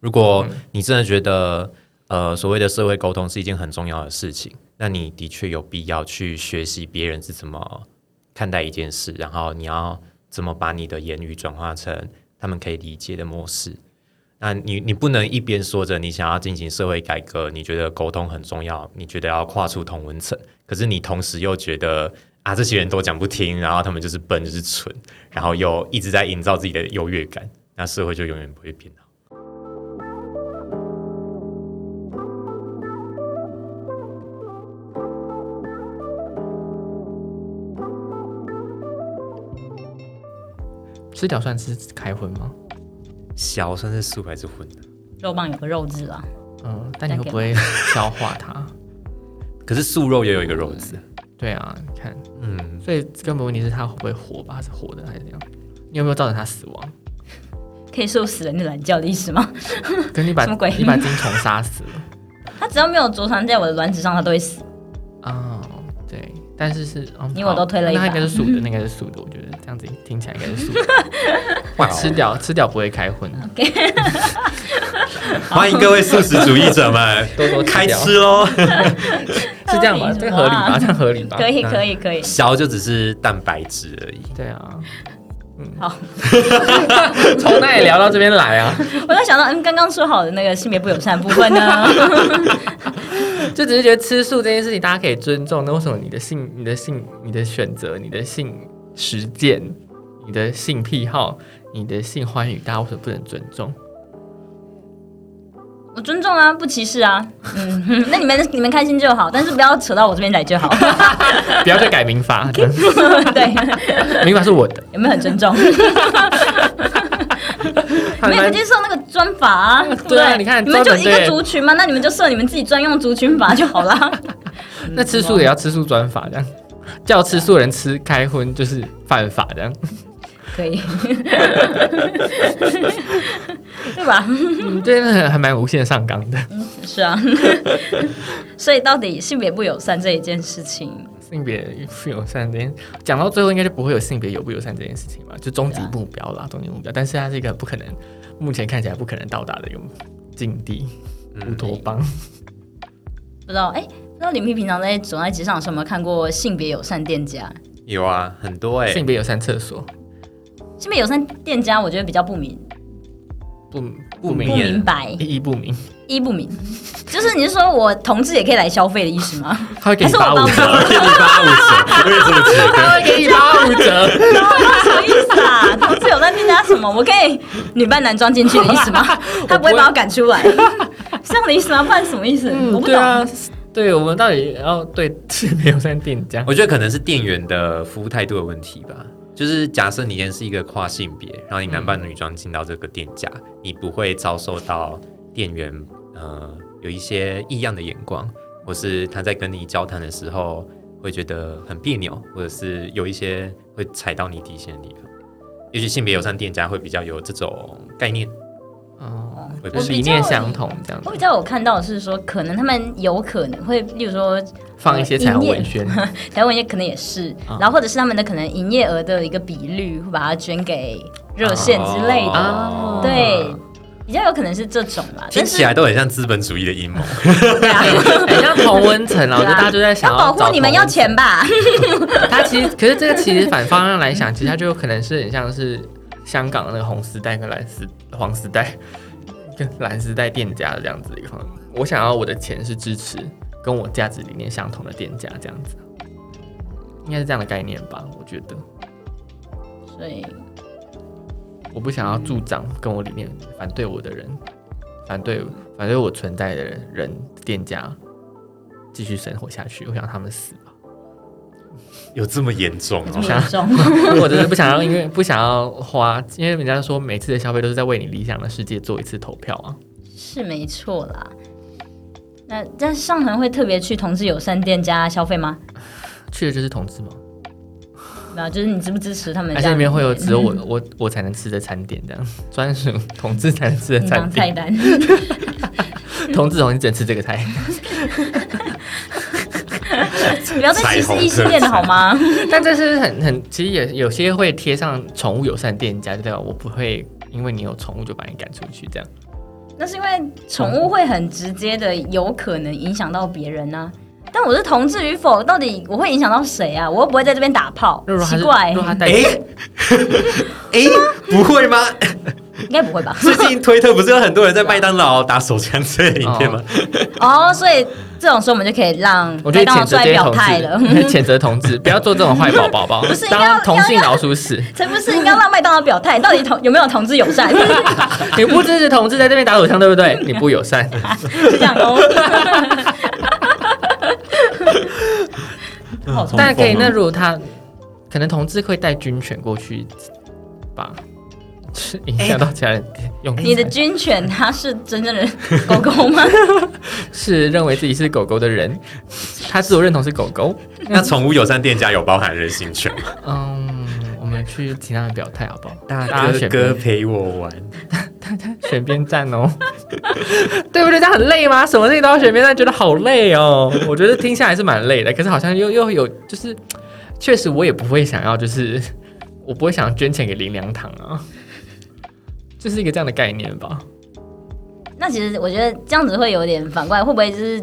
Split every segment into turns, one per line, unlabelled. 如果你真的觉得呃所谓的社会沟通是一件很重要的事情，那你的确有必要去学习别人是怎么看待一件事，然后你要怎么把你的言语转化成他们可以理解的模式。那你你不能一边说着你想要进行社会改革，你觉得沟通很重要，你觉得要跨出同文层，可是你同时又觉得啊这些人都讲不听，然后他们就是笨就是蠢，然后又一直在营造自己的优越感，那社会就永远不会变好。
吃屌算是开荤吗？
小算是素还是荤的？
肉棒有个肉字啊，
嗯，但你会不会消化它？
可是素肉也有一个肉字，
对啊，你看，
嗯，
所以根本问题是它会不会活吧？它是活的还是怎样？你有没有造成它死 亡？
可以受死人的懒觉的意思吗？
可是你把
什么鬼
你把金虫杀死了
它只要没有着床在我的卵子上，它都会死。
啊、哦对，但是是，嗯
因为我都推了
好
一
那它
把
应该是 素的，那应该是素的，我觉得这样子听起来应该是素的。
哇
吃屌吃屌不会开荤，
嗯
欢迎各位素食主义者们
多多
开
屌
吃喽！
是这样吧？
到底
这个
什
合
么
理吧？
啊
这样合理吧？
可以，
那
可以，可以。
小就只是蛋白质而已。
对啊，
好，
从那里聊到这边来啊，
我在想到，嗯，刚刚说好的那个性别不友善部分呢？
就只是觉得吃素这件事情大家可以尊重，那为什么你的性、你的性、你的选择、你的性实践、你的性癖好、你的性欢愉，大家为什么不能尊重？
我尊重啊，不歧视啊。嗯， 哼那你们你们开心就好，但是不要扯到我这边来就 好。
不要再改民 法，这样
对，
民法是我的，
有没有很尊重？
他
没有
们
接受那个专法啊，对不
对啊你看
你们就
专门
一个
对
族群嘛，那你们就设你们自己专用族群法就好啦。
那吃素也要吃素专法 这样。叫吃素的人吃开荤就是犯法，这样。
可以， 对吧？
嗯，对，那还蛮无限上纲的。
是啊， 所以到底性别不友善这一件事情，
性别不友善这件，讲到最后应该就不会有性别友不友善这件事情吧，就终极
对啊
目标啦，终极目标。但是它是一个不可能，目前看起来不可能到达的一个境地，乌托邦。
不知道哎。不知道李密平常在走在街上的时候有没有看过性别友善店家？
有啊，很多哎、
性别友善厕所
性别友善店家我觉得比较不明
不
不
不
明
明白，
意义不明，
一不明，就是你是说我同志也可以来消费的意 思吗？
他会给你
还是
八
我
五
帮
折，
我给你 八五折，我也这么 觉得。
他会给你八五折。
什么意思啊？同志有在店家什么？我可以女扮男装进去的意思吗？他不会把我赶出来，这样的意思吗？不然什么意思？我不
对
懂。
啊，对我们到底要对性别友善店家？
我觉得可能是店员的服务态度的问题吧。就是假设你今天是一个跨性别，然后你男扮女装进到这个店家，你不会遭受到店员呃有一些异样的眼光，或是他在跟你交谈的时候会觉得很别扭，或者是有一些会踩到你底线的地方。也许性别友善店家会比较有这种概念，
哦，
我比
就
较
理念相同这样
我比
子，
较有看到的是说，可能他们有可能会，例如说
放一些彩虹
营业
文 宣。哎
台湾也可能也是，
啊
然后或者是他们的可能营业额的一个比率，会把它捐给热线之类的，
哦
对，比较有可能是这种啦。
听
但
起
是
来都很像资本主义的阴谋。
对啊，
很像同温层啊啦，我觉得大家就在想
要保
找
护你们
同
要
温层
钱吧？
他其实，可是这个其实反方向来想，其实它就有可能是很像是香港的那个红丝带跟蓝丝黄丝带跟蓝丝带店家的这样子的一个方向。我想要我的钱是支持跟我价值理念相同的店家这样子，应该是这样的概念吧？我觉得
所以
我不想要助长跟我理念反对我的人，反对反对我存在的人店家继续生活下去，我想他们死吧。
有这么严重
有这
哦
么？严重，
我真的不想要，因 为不想要花，因为人家说每次的消费都是在为你理想的世界做一次投票啊。
是没错啦。那但是上恒会特别去同志友善店家消费吗？
去的就是同志嘛，
没有，就是你支不支持他们
而
这
且里
样
面会有只有我
嗯
我我才能吃的餐点，这样专属同志才能吃的
隐
餐
藏菜
点，
单？
同志同志只能吃这个菜。
不要再歧视异性恋的好吗？
但这是很很，其实也有些会贴上宠物友善店家，就代表我不会因为你有宠物就把你赶出去这样。
那是因为宠物会很直接的有可能影响到别人呢、但我是同志与否，到底我会影响到谁啊？我又不会在这边打炮
若，若他
奇
是
怪，
若他带
哎哎，不会 吗？？
应该不会吧
最近推特不是有很多人在麦当劳打手枪之类的影片吗？
哦，所以这种时候我们就可以让
我
麦
觉得
当劳
谴
出
责
来
这些
表
同
态 了。
志，谴责同志，不要做这种坏宝宝宝
不是，应该要
当同性老鼠屎。
才不是应该让麦当劳表态，到底同有没有同志友善？ 是
你不支持同志在这边打手枪，对 不对？你不友善。
这样哦。
好疯
但可以，
哦
那如果他可能同志会带军犬过去 吧，
哎
是影响到其他人用餐。
你的军犬它是真正的狗狗吗？
是认为自己是狗狗的人，他自我认同是狗狗。
那宠物友善店家有包含人性 权吗？
嗯，我们去请他们表态好不好？
大
家
哥
选
哥
边
陪我玩，
选边站哦，对不对？这样很累吗？什么事情都要选边站，觉得好累哦。我觉得听下来是蛮累的，可是好像又又有就是，确实我也不会想要，就是 我不会想要捐钱给林良堂啊，就是一个这样的概念吧。
那其实我觉得这样子会有点反过来，会不会就是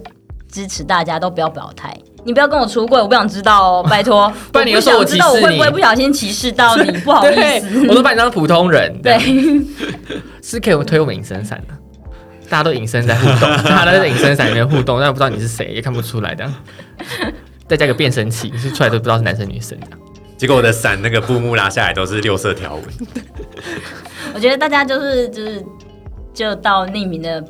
支持大家都不要表态？你不要跟我出柜，我不想知 道哦，拜托。
不然你又
我
说我
想知道
歧
我
视
会不会
你
不小心歧视到你，不好意
对
思。
我都把你当普通人，
对，，
是可以推我们隐身伞的。大家都隐身在互动，大家都在隐身伞里面互动，但不知道你是谁，也看不出来 这样。再加个变声器，就出来都不知道是男生女生这样。
结果我的伞那个布幕拉下来都是六色 条纹，
啊
我觉得大家就是就是就到匿名的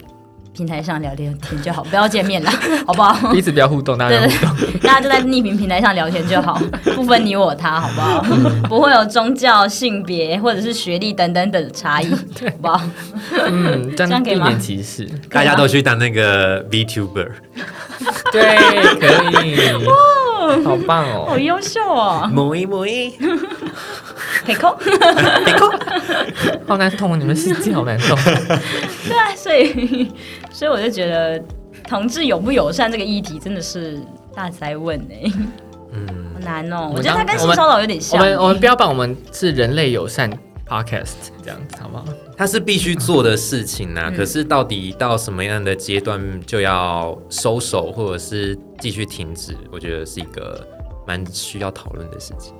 平台上聊天天就好，不要见 面了，好不好？
彼此不要互动，大家
对
不要
对
互动。
对， 大家就在匿名平台上聊天 就好，不分你我他，好不好？不会有宗教、性别或者是学历等等等的 差异，好不好？
嗯，这
这
样
样可
避
以吗
免歧视。
大家都去当那个 VTuber
对，可以。好棒
好
哦！
优秀 哦，
某一哎某一，
可以扣。
好难懂，你们世界 好难懂。
对啊，所以 所以我就觉得同志友不友善这个议题真的是大灾问哎、
嗯，
好难哦、
我们
我觉得它
当
跟
我
性
们
骚扰有点
我
像、
们我们标榜我们是人类友善 podcast 这样子，好不好？
它是必须做的事情呐、
嗯
可是到底到什么样的阶段就要收手，或者是继续停止，我觉得是一个蛮需要讨论的事情。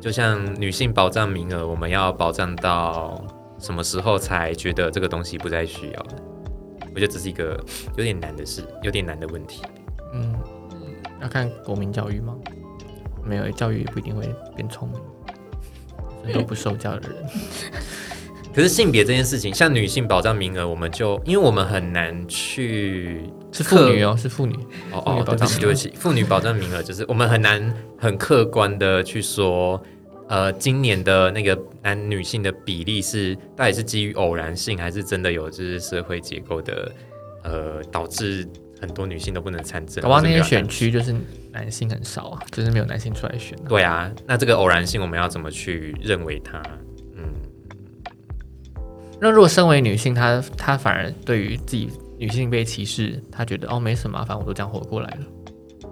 就像女性保障名额，我们要保障到什么时候才觉得这个东西不再需要了？我觉得这是一个有点难的事，有点难的问题。
嗯，要看国民教育吗？没有，教育也不一定会变聪明。很多不受教的人，
可是性别这件事情，像女性保障名额，我们就因为我们很难去
是妇女哦，是妇女。
哦
妇女
哦，对不
保障
起，
名额
对不起，妇女保障名额就是我们很难很客观的去说，呃，今年的那个男女性的比例是到底是基于偶然性，还是真的有就是社会结构的呃导致很多女性都不能参政？
搞不好那
或是没
些
有
选区就是男性很少啊，就是没有男性出来选、啊。
对啊，那这个偶然性我们要怎么去认为它？嗯，
那如果身为女性，她她反而对于自己女性被歧视，她觉得哦没什么啊，反正我都这样活过来了。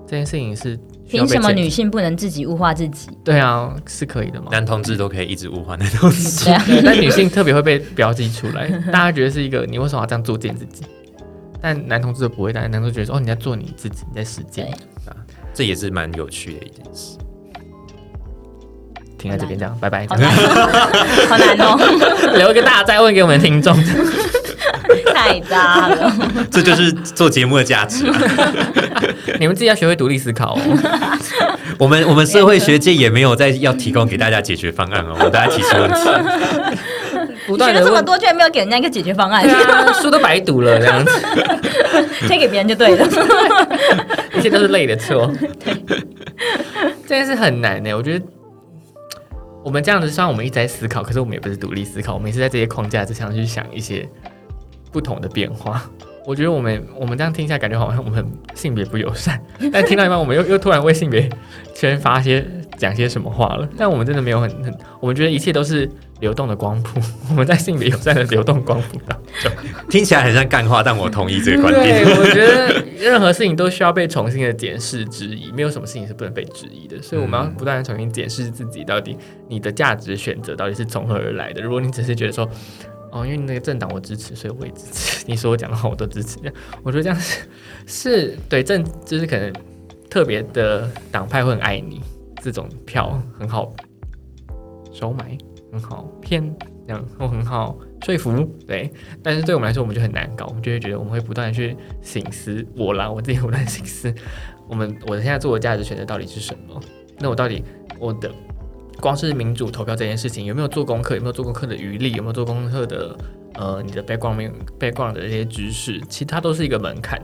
这件事情是需要
凭
被
什么
检
女性不能自己物化 自己？
对啊是可以的嘛？
男同志都可以一直物化男同志，
对啊，
对，但女性特别会被标记出来，大家觉得是一个你为什么要这样作践自己？但男同志都不会，但男同志觉得说哦你在做你自己，你在实践
对。
这也是蛮有趣的一件事。
停在这边这样，拜拜。
好难，好难哦、
留一个大再问给我们听众。
太渣了。
这就是做节目的价值、 啊。
你们自己要学会独立思考哦。
我们我们社会学界也没有在要提供给大家解决方案哦，我们大家提出问题。
不
学
断的
了这么
问，
多，居然没有给人家一个解决方案
对，啊，书都白读了这样子，
推给别人就对了。
一切都是累的错。 这件事很难欸呢，我觉得。我们这样子，虽然我们一直在思考，可是我们也不是独立思考，我们也是在这些框架之上去想一些不同的变化。我觉得我们我们这样听一下，感觉好像我们很性别不友善，但听到一半，我们又又突然为性别圈发些讲些什么话了。但我们真的没有很很，我们觉得一切都是流动的光谱，我们在性别友善的流动光谱上。
听起来很像干话，但我同意这个观点。
对，我觉得任何事情都需要被重新的检视、质疑，没有什么事情是不能被质疑的。所以我们要
嗯
不断的重新检视自己，到底你的价值选择到底是从何而来的。如果你只是觉得说哦，因为那个政党我支持，所以我也支持。 你说我讲的话我都支持，我觉得这样是是对政，就是可能特别的党派会很爱你，这种票很好收买，很好骗，这样或很好说服。对，但是对我们来说，我们就很难搞，我们就会觉得我们会不断的去醒思我啦，我自己不断地醒思，我们我现在做的价值选择到底是什么？那我到底我的光是民主投票这件事情，有没有做功课？有没有做功课的余力？有没有做功课的呃，你的 background 没有 background 的这些知识，其实它都是一个门槛，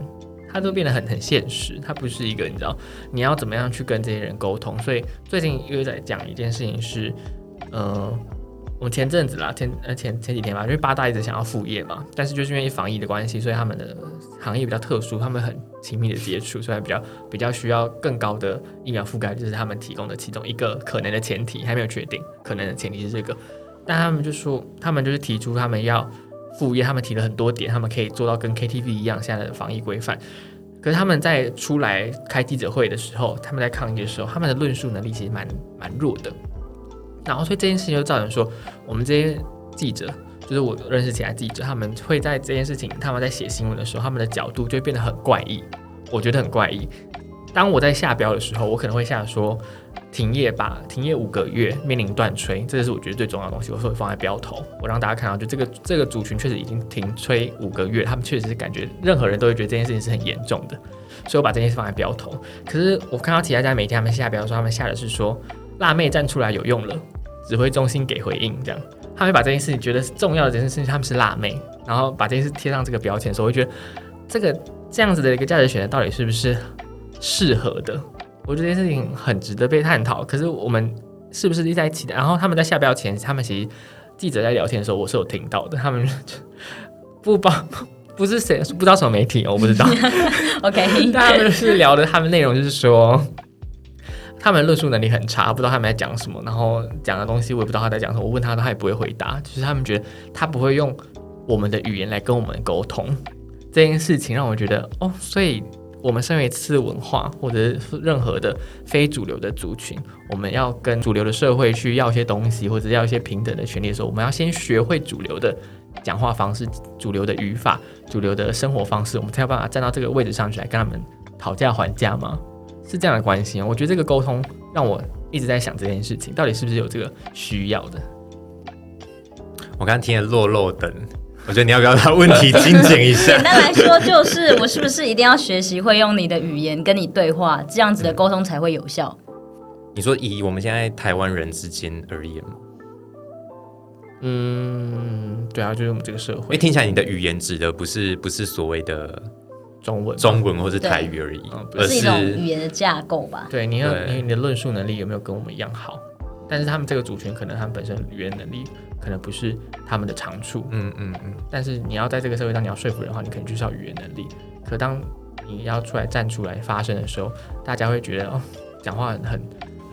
它都变得很很现实，它不是一个你知道你要怎么样去跟这些人沟通。所以最近又在讲一件事情是，呃。我前阵子啦，前呃前前几天吧，因为八大一直想要副业嘛，但是就是因为防疫的关系，所以他们的行业比较特殊，他们很亲密的接触，所以比较比较需要更高的疫苗覆盖，就是他们提供的其中一个可能的前提，还没有确定，可能的前提是这个。但他们就说，他们就是提出他们要副业，他们提了很多点，他们可以做到跟 KTV 一样现在的防疫规范。可是他们在出来开记者会的时候，他们在抗议的时候，他们的论述能力其实蛮蛮弱的。然后，所以这件事情就造成说，我们这些记者，就是我认识其他记者，他们会在这件事情，他们在写新闻的时候，他们的角度就会变得很怪异，我觉得很怪异。当我在下标的时候，我可能会下说停业吧，停业五个月，面临断吹，这是我觉得最重要的东西，我会放在标头，我让大家看到，就这个这个族群确实已经停吹五个月，他们确实是感觉任何人都会觉得这件事情是很严重的，所以我把这件事放在标头。可是我看到其他家媒体他们下标说，他们下的是说辣妹站出来有用了。指挥中心给回应，这样他们把这件事情觉得是重要的这件事情，他们是辣妹，然后把这件事贴上这个标签的时候，我会觉得这个这样子的一个价值选择到底是不是适合的？我觉得这件事情很值得被探讨。可是我们是不是在一起的？然后他们在下标前，他们其实记者在聊天的时候，我是有听到的，他们就不包 不是谁不知道什么媒体，我不知道，
OK，
但他们就是聊的，他们内容就是说，他们论述能力很差，不知道他们在讲什么，然后讲的东西我也不知道他在讲什么，我问他他也不会回答，就是他们觉得他不会用我们的语言来跟我们沟通，这件事情让我觉得哦，所以我们身为次文化或者是任何的非主流的族群，我们要跟主流的社会去要一些东西，或者要一些平等的权利的时候，我们要先学会主流的讲话方式、主流的语法、主流的生活方式，我们才有办法站到这个位置上去来跟他们讨价还价吗？是这样的关系哦。我觉得这个沟通让我一直在想这件事情，到底是不是有这个需要的？
我刚刚听了落落等，我觉得你要不要把问题精简一下
简？单来说就是，我是不是一定要学习会用你的语言跟你对话，这样子的沟通才会有效？
你说以我们现在台湾人之间而言吗？
嗯，对啊，就是我们这个社
因为
会
听起来你的语言指的不是不是所谓的
中文
中文或是台语而已
对嗯，不
而
是一种语
是
言的架构吧？
对，你要
对
你你的论述能力有没有跟我们一样好？但是他们这个族群可能他们本身语言能力可能不是他们的长处，
嗯嗯嗯，
但是你要在这个社会上你要说服人的话，你可能就是要语言能力。可当你要出来站出来发声的时候，大家会觉得哦，讲话很很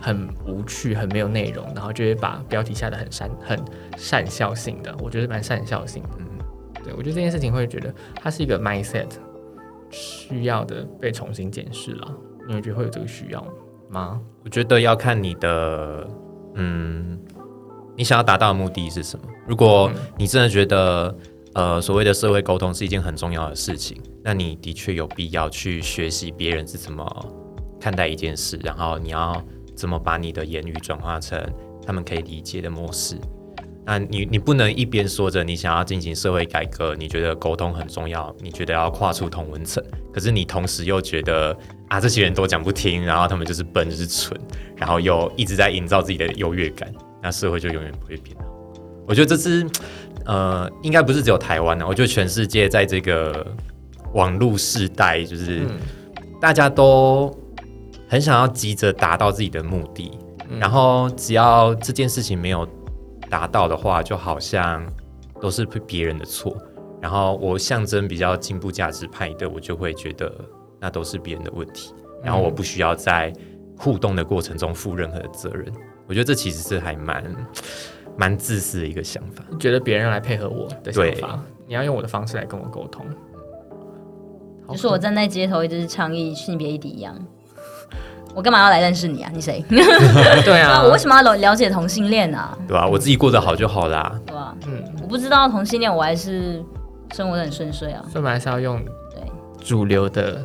很无趣，很没有内容，然后就会把标题下的很善很善效性的，我觉得蛮善效性的。
嗯
对我觉得这件事情会觉得它是一个 mindset 需要的被重新检视了。你会觉得会有这个需要吗？
我觉得要看你的，嗯，你想要达到的目的是什么。如果你真的觉得，呃，所谓的社会沟通是一件很重要的事情，那你的确有必要去学习别人是怎么看待一件事，然后你要怎么把你的言语转化成他们可以理解的模式。那你你不能一边说着你想要进行社会改革，你觉得沟通很重要，你觉得要跨出同文层，可是你同时又觉得啊这些人都讲不听，然后他们就是笨就是蠢，然后又一直在营造自己的优越感，那社会就永远不会变好。我觉得这是呃，应该不是只有台湾的，我觉得全世界在这个网络世代，就是、
嗯
大家都很想要急着达到自己的目的，
嗯
然后只要这件事情没有达到的话，就好像都是别人的错。然后我象征比较进步价值派的，我就会觉得那都是别人的问题，然后我不需要在互动的过程中负任何的责任。我觉得这其实是还蛮蛮自私的一个想法。
觉得别人来配合我的想
对
法，你要用我的方式来跟我沟通。好
就是我站在街头一直倡议性别议题一样，我干嘛要来认识你啊？你谁？
对啊，
我为什么要了了解同性恋啊？
对吧、我自己过得好就好啦。
对吧、啊。
嗯，
我不知道同性恋，我还是生活的很顺遂啊。
所以我们还是要用
对
主流的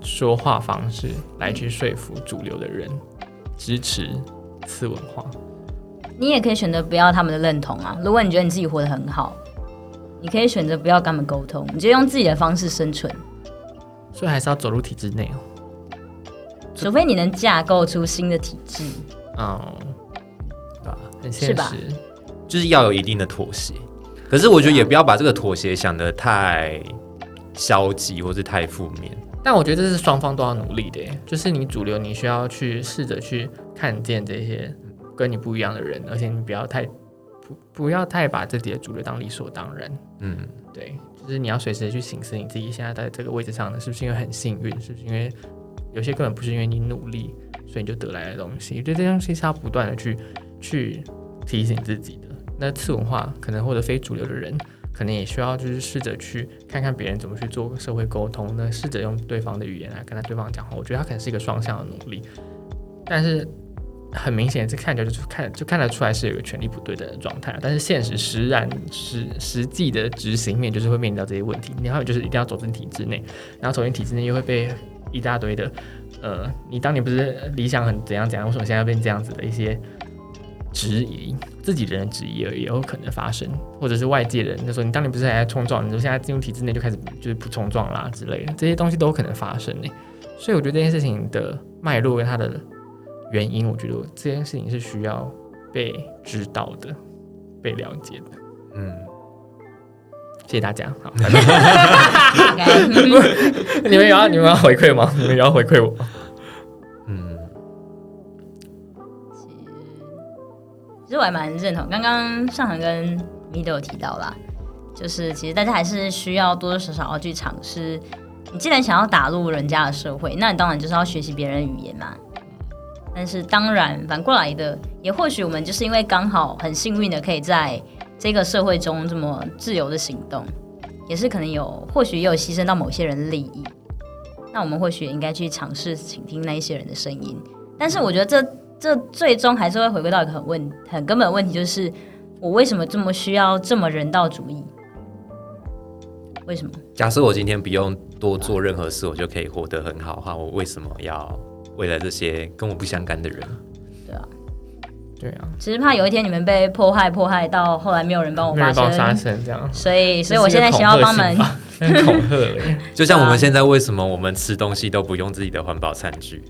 说话方式来去说服主流的人支持次文化。
你也可以选择不要他们的认同啊。如果你觉得你自己活得很好，你可以选择不要跟他们沟通，你就用自己的方式生存。
所以还是要走入体制内哦。
除非你能架构出新的体制，
嗯，
对吧？
很现
是吧
实。
就是要有一定的妥协。可是我觉得也不要把这个妥协想得太消极或是太负面。
但我觉得这是双方都要努力的耶，就是你主流，你需要去试着去看见这些跟你不一样的人，而且你不要太不不要太把自己的主流当理所当然。
嗯，
对，就是你要随时地去省思你自己现在在这个位置上呢，是不是因为很幸运，是不是因为有些根本不是因为你努力，所以你就得来的东西。我觉得这些东西是要不断的去去提醒自己的。那次文化可能或者非主流的人，可能也需要就是试着去看看别人怎么去做社会沟通，那试着用对方的语言来跟他对方讲话。我觉得它可能是一个双向的努力，但是。很明显，这看起来就是看就看得出来是有一个权力不对等的状态，但是现实实然实实际的执行面就是会面临到这些问题。然后就是一定要走进体制内，然后走进体制内又会被一大堆的，呃，你当年不是理想很怎样怎样，为什么现在变这样子的一些质疑，自己人的质疑而已也有可能发生，或者是外界人就说你当年不是还在冲撞，你说现在进入体制内就开始就是不冲撞啦之类的，这些东西都有可能发生呢、所以我觉得这件事情的脉络跟它的原因，我觉得这件事情是需要被知道的、被了解的。
嗯，
谢谢大家。好，
大概
你们有要你们要回馈吗？你们有要回馈我？
嗯，
其实我还蛮认同刚刚上恒跟米都有提到啦，就是其实大家还是需要多多少少要哦去尝试。你既然想要打入人家的社会，那你当然就是要学习别人的语言嘛。但是当然，反过来的，也或许我们就是因为刚好很幸运的可以在这个社会中这么自由的行动，也是可能有，或许也有牺牲到某些人的利益。那我们或许也应该去尝试倾听那一些人的声音。但是我觉得这这最终还是会回归到一个很问很根本的问题，就是我为什么这么需要这么人道主义？为什么？
假设我今天不用多做任何事，我就可以活得很好的话，我为什么要为了这些跟我不相干的人？
对啊，
只是怕有一天你们被迫害，迫害到后来没有人帮我
没有
发
人帮我杀
声，
生这样。
所以所以我现在想要帮忙，
这是一个恐吓的刑法，
就像我们现在为什么我们吃东西都不用自己的环保餐具，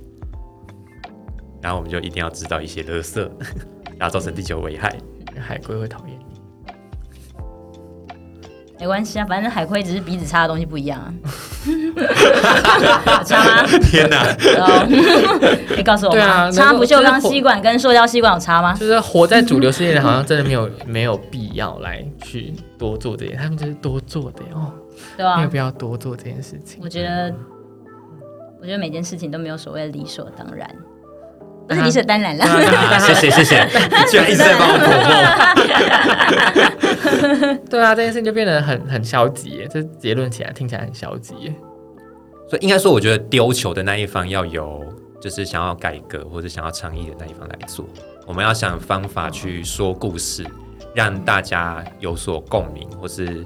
然后我们就一定要制造一些垃圾， 然后造成地球危害。
很 恐吓海龟会讨厌你。
没关系啊，反正海龟只是鼻子插的东西不一样 啊。有插吗？
天哪！
哦可以告诉我
对啊
吗？
那
插
个
不锈
就
钢
是火
吸管跟塑胶吸管有差吗？
就是活在主流世界的，好像真的没有 没有必要来去多做这些，他们就是多做的哦，
对啊吧、
没有必要多做这件事情
我。觉得，我觉得每件事情都没有所谓的理所当然，不是
啊
理嗯所当然啦。
啊 谢谢谢 谢，你居然一直 在 帮我捧红。
对啊，这件事情就变得很很消极耶，这结论起来听起来很消极耶。
所以应该说，我觉得丢球的那一方要有，就是想要改革或者想要倡议的那一方来做。我们要想方法去说故事，让大家有所共鸣，或是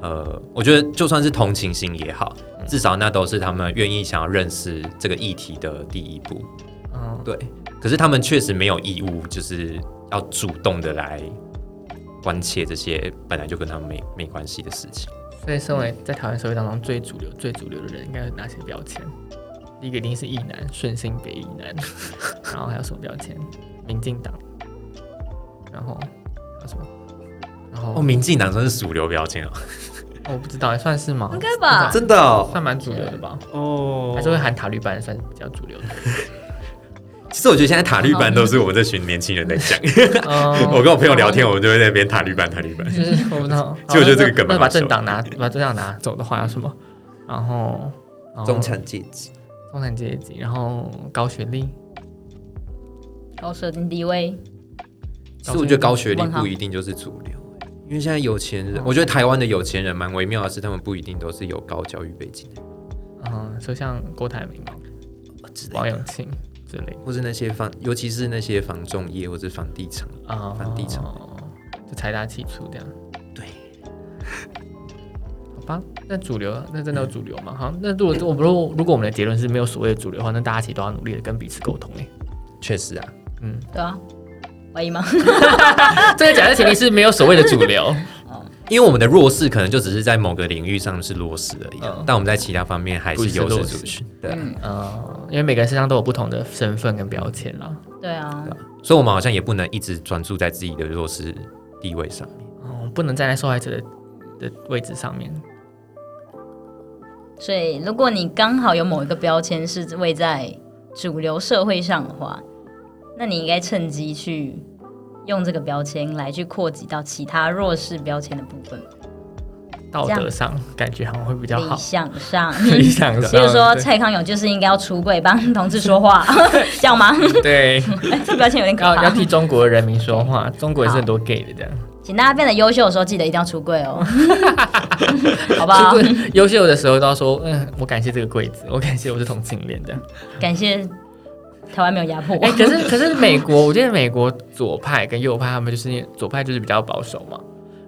呃，我觉得就算是同情心也好，至少那都是他们愿意想要认识这个议题的第一步。
嗯，
对，可是他们确实没有义务，就是要主动的来关切这些本来就跟他们没没关系的事情。
所以身为在台湾社会当中最主流、最主流的人，应该有哪些标签？第一个一定是异男，顺性别异男， 然后还有什么标签？民进党，然后还有什么？然后、
哦，民进党真是主流标签哦，
哦我不知道耶，算是吗？
应该吧
真的哦
算蛮主流的吧，
哦
还是会喊塔利班算是比较主流 的。
其实我觉得现在塔利
哦
班都是我们这群年轻人在讲。
嗯，
我跟我朋友聊天，我们就会在那边塔利班，塔利班。
就是我不知道。
其实我觉得这个梗蛮
那那
好
把
笑
政党拿把政党拿走的话要什么？然后然后
阶级，
中产阶级，然后高学历，
高设定地位，
其实我觉得高学历不一定就是主流，因为现在有钱
嗯
人，我觉得台湾的有钱人蛮微妙的是，他们不一定都是有高教育背景的，
嗯，就像郭台铭嘛、王永庆之类
或是那些房，尤其是那些房仲业或者房地产。
哦
的啊，
房地产
就财大气粗这样。吧，那主流那真的有主流吗？哈，那如果我如果如果我们的结论是没有所谓的主流的话，那大家其实都要努力的跟彼此沟通哎、
确实啊，
嗯，
对啊，怀疑 吗？啊
这个假设前提是没有所谓的主 流，
因为我们的弱势可能就只是在某个领域上是弱势而已啊、
嗯
但我们在其他方面还
不
是
是
优势
弱势
族群，对啊、
嗯，
呃，因为每个人身上都有不同的身份跟标签啦。
对啊，
所以我们好像也不能一直专注在自己的弱势地位上。
哦，不能站在受害者的的位置上面。
所以如果你刚好有某一个标签是位在主流社会上的话，那你应该趁机去用这个标签来去扩及到其他弱势标签的部分，
道德上感觉好像会比较
理
好，
想 上。
理想上，
比如说
对
蔡康永就是应该要出柜帮同志说 话，这样吗？
对，
这标签有点可
要要
怕。
替中国人民说 话，中国也是很多 gay 的这样。
请大家变得优秀的时候，记得一定要出柜 哦， 好
如
不好
果？优秀的时候都要说，嗯，我感谢这个柜子，我 感谢我是同性恋这样。
感谢台湾没有压迫我
哎、。可是可是美国，我记得美国左派跟右派他们就是左派就是比较保守嘛，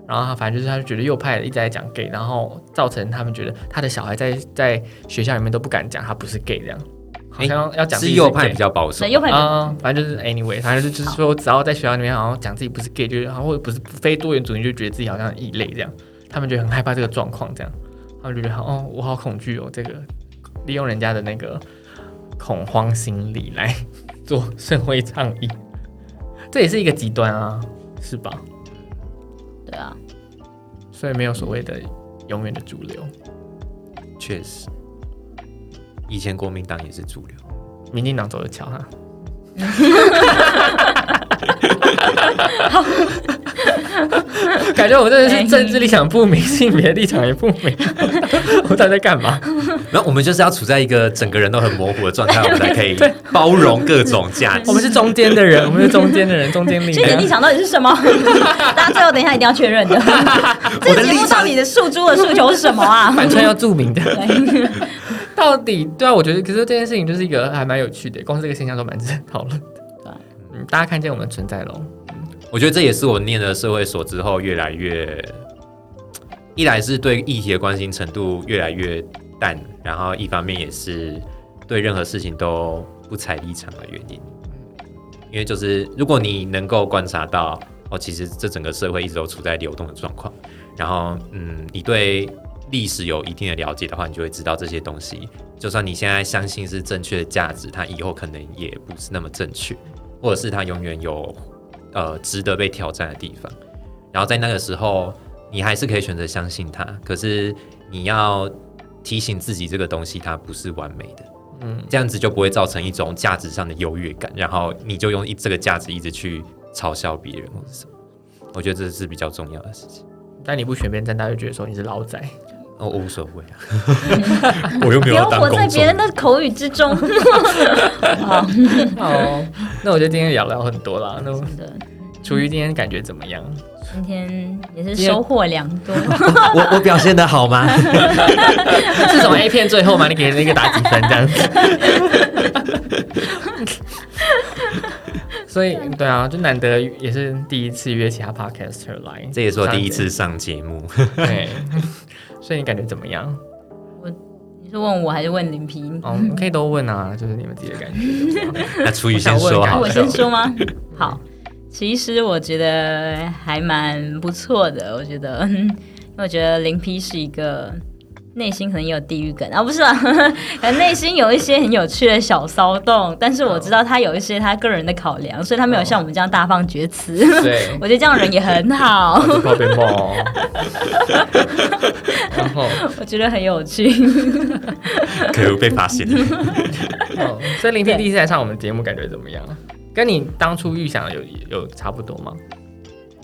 然后他反正就是他就觉得右派一直在讲 gay，然后造成他们觉得他的小孩在在学校里面都不敢讲他不是 gay 这样，好
哎
像要讲自
是
己
右派
gay
比较保守
所以，右派
啊、反正就是 anyway，反正就是说，只要在学校里面好像讲自己不是 gay，就是然后或者不是非多元主义，就觉得自己好像异类这样，他们觉得很害怕这个状况，这样，他们就觉得好哦，我好恐惧哦，这个利用人家的那个恐慌心理来做 社会倡议，这也是一个极端啊，是吧？
对啊，
所以没有所谓的永远的主流，
确实。以前国民党也是主流，
民进党走的巧 哈，感觉我真的是政治立场不明，性别立场也不明， 我到底在干嘛？
然后我们就是要处在一个整个人都很模糊的状态，我们才可以包容各种价值
我。们是中间的人，我们是中间的人，中间力
所以你的
量
立。场到底是 什么？大家最后等一下一定要确认的。这
我的
个节
立
目
场
到底的诉诸的诉求是什么啊？
反串要注明的，
对
到底对啊，我觉得，可是这件事情就是一个还蛮有趣的，光是这个现象都蛮值得讨论
对
的。嗯，大家看见我们的存在喽。
我觉得这也是我念了社会所之后越来越，一来是对议题的关心程度越来越淡，然后一方面也是对任何事情都不采立场的原因。因为就是如果你能够观察到，哦，其实这整个社会一直都处在流动的状况，然后嗯，你对历史有一定的了解的话，你就会知道这些东西，就算你现在相信是正确的价值，它以后可能也不是那么正确，或者是它永远有呃值得被挑战的地方。然后在那个时候，你还是可以选择相信它，可是你要提醒自己，这个东西它不是完美的。
嗯，
这样子就不会造成一种价值上的优越感，然后你就用一这个价值一直去嘲笑别人或者什么。我觉得这是比较重要的事情。
但你不选边站，大家就觉得说你是老仔。
哦，我无所谓 啊，我又
不
没有
要
要当
活在
公
别
众
人。的口语之中。好，
哦， 那我觉得今天聊聊很多啦。那我
对
楚瑜今天感觉怎么样？
今天也是收获良 多。
我我表现的好吗？
是什么 A 片最后吗？你给那个打几分这 样子？所以对啊，就难得也是第一次约其他 podcaster 来，
这也是我第一次上节目。
上节。对，所以你感觉怎么样？
你是问我还是问林平？
哦，你可以都问啊，就是你们自己的感觉。
那楚宇先说好
我
了，
先说吗？ 好，其实我觉得还蛮不错的。我觉得，嗯因为我觉得林批是一个内心可能也有地狱梗啊，不 是啦，可能内心有一些很有趣的小骚动。但是我知道他有一些他个人的考量，所以他没有像我们这样大放厥词。
对，
我觉得这样人也很好，
哦
我是泡边猫。 然后，
我觉得很有趣。
可恶被发现。
哦，所以林平第
对
一次来上我们节目，感觉怎么样？跟你当初预想的有有差不多吗？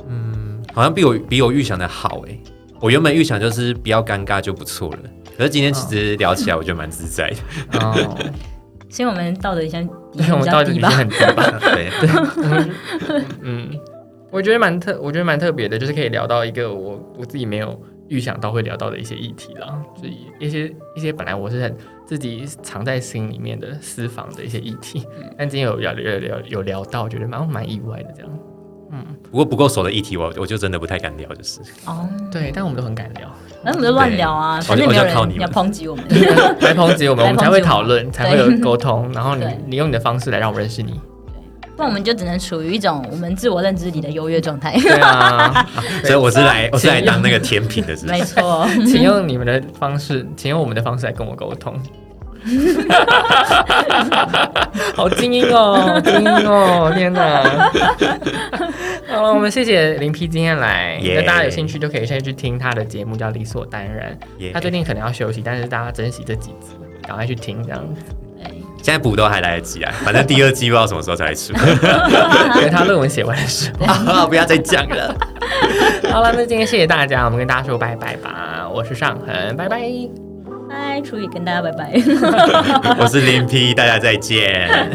嗯，好像比我比我预想的好哎、我原本预想就是不要尴尬就不错了，可是今天其实聊起来我觉得蛮自在的。
哦，
所以我们道德底线底
因
线
为我
比
们到
较
底
低
已经
吧？
很低吧？
对，
嗯，我觉得蛮特，我觉得蛮特别的，就是可以聊到一个我我自己没有预想到会聊到的一些议题啦，就一些一些本来我是很自己藏在心里面嗯的私房的一些议题，但今天有聊有聊有聊到，觉得蛮蛮意外的这样。
不过不够熟的议题我，我就真的不太敢聊，就是
哦，
对，但我们都很敢聊，
那我们就乱聊啊，
对
反正没有
我就靠你
人
们
要抨击我们。
来抨击我们，我们才会讨论，才会有沟通，然后你
对
你用你的方式来让我认识你，
不然我们就只能处于一种我们自我认知里的优越状态。
对 啊，
所以我是来我是来当那个甜品的，是不
没
是？
错，
请用你们的方式，请用我们的方式来跟我沟通。好精英哦，精英哦，天哪！好了，我们谢谢林批今天来，
耶
那大家有兴趣就可以先去听他的节目，叫《理所当然》。
耶
他最近可能要休息，但是大家珍惜这几集，赶快去听，这样子，
现在补都还来得及啊，反正第二季不知道什么时候才来 出，
因为他论文写完的时
啊不要再讲了。
候。好了，那今天谢谢大家，我们跟大家说拜拜吧。我是尚恒，拜拜。
嗨，楚宇跟大家拜拜。
我是林 P，大家再见。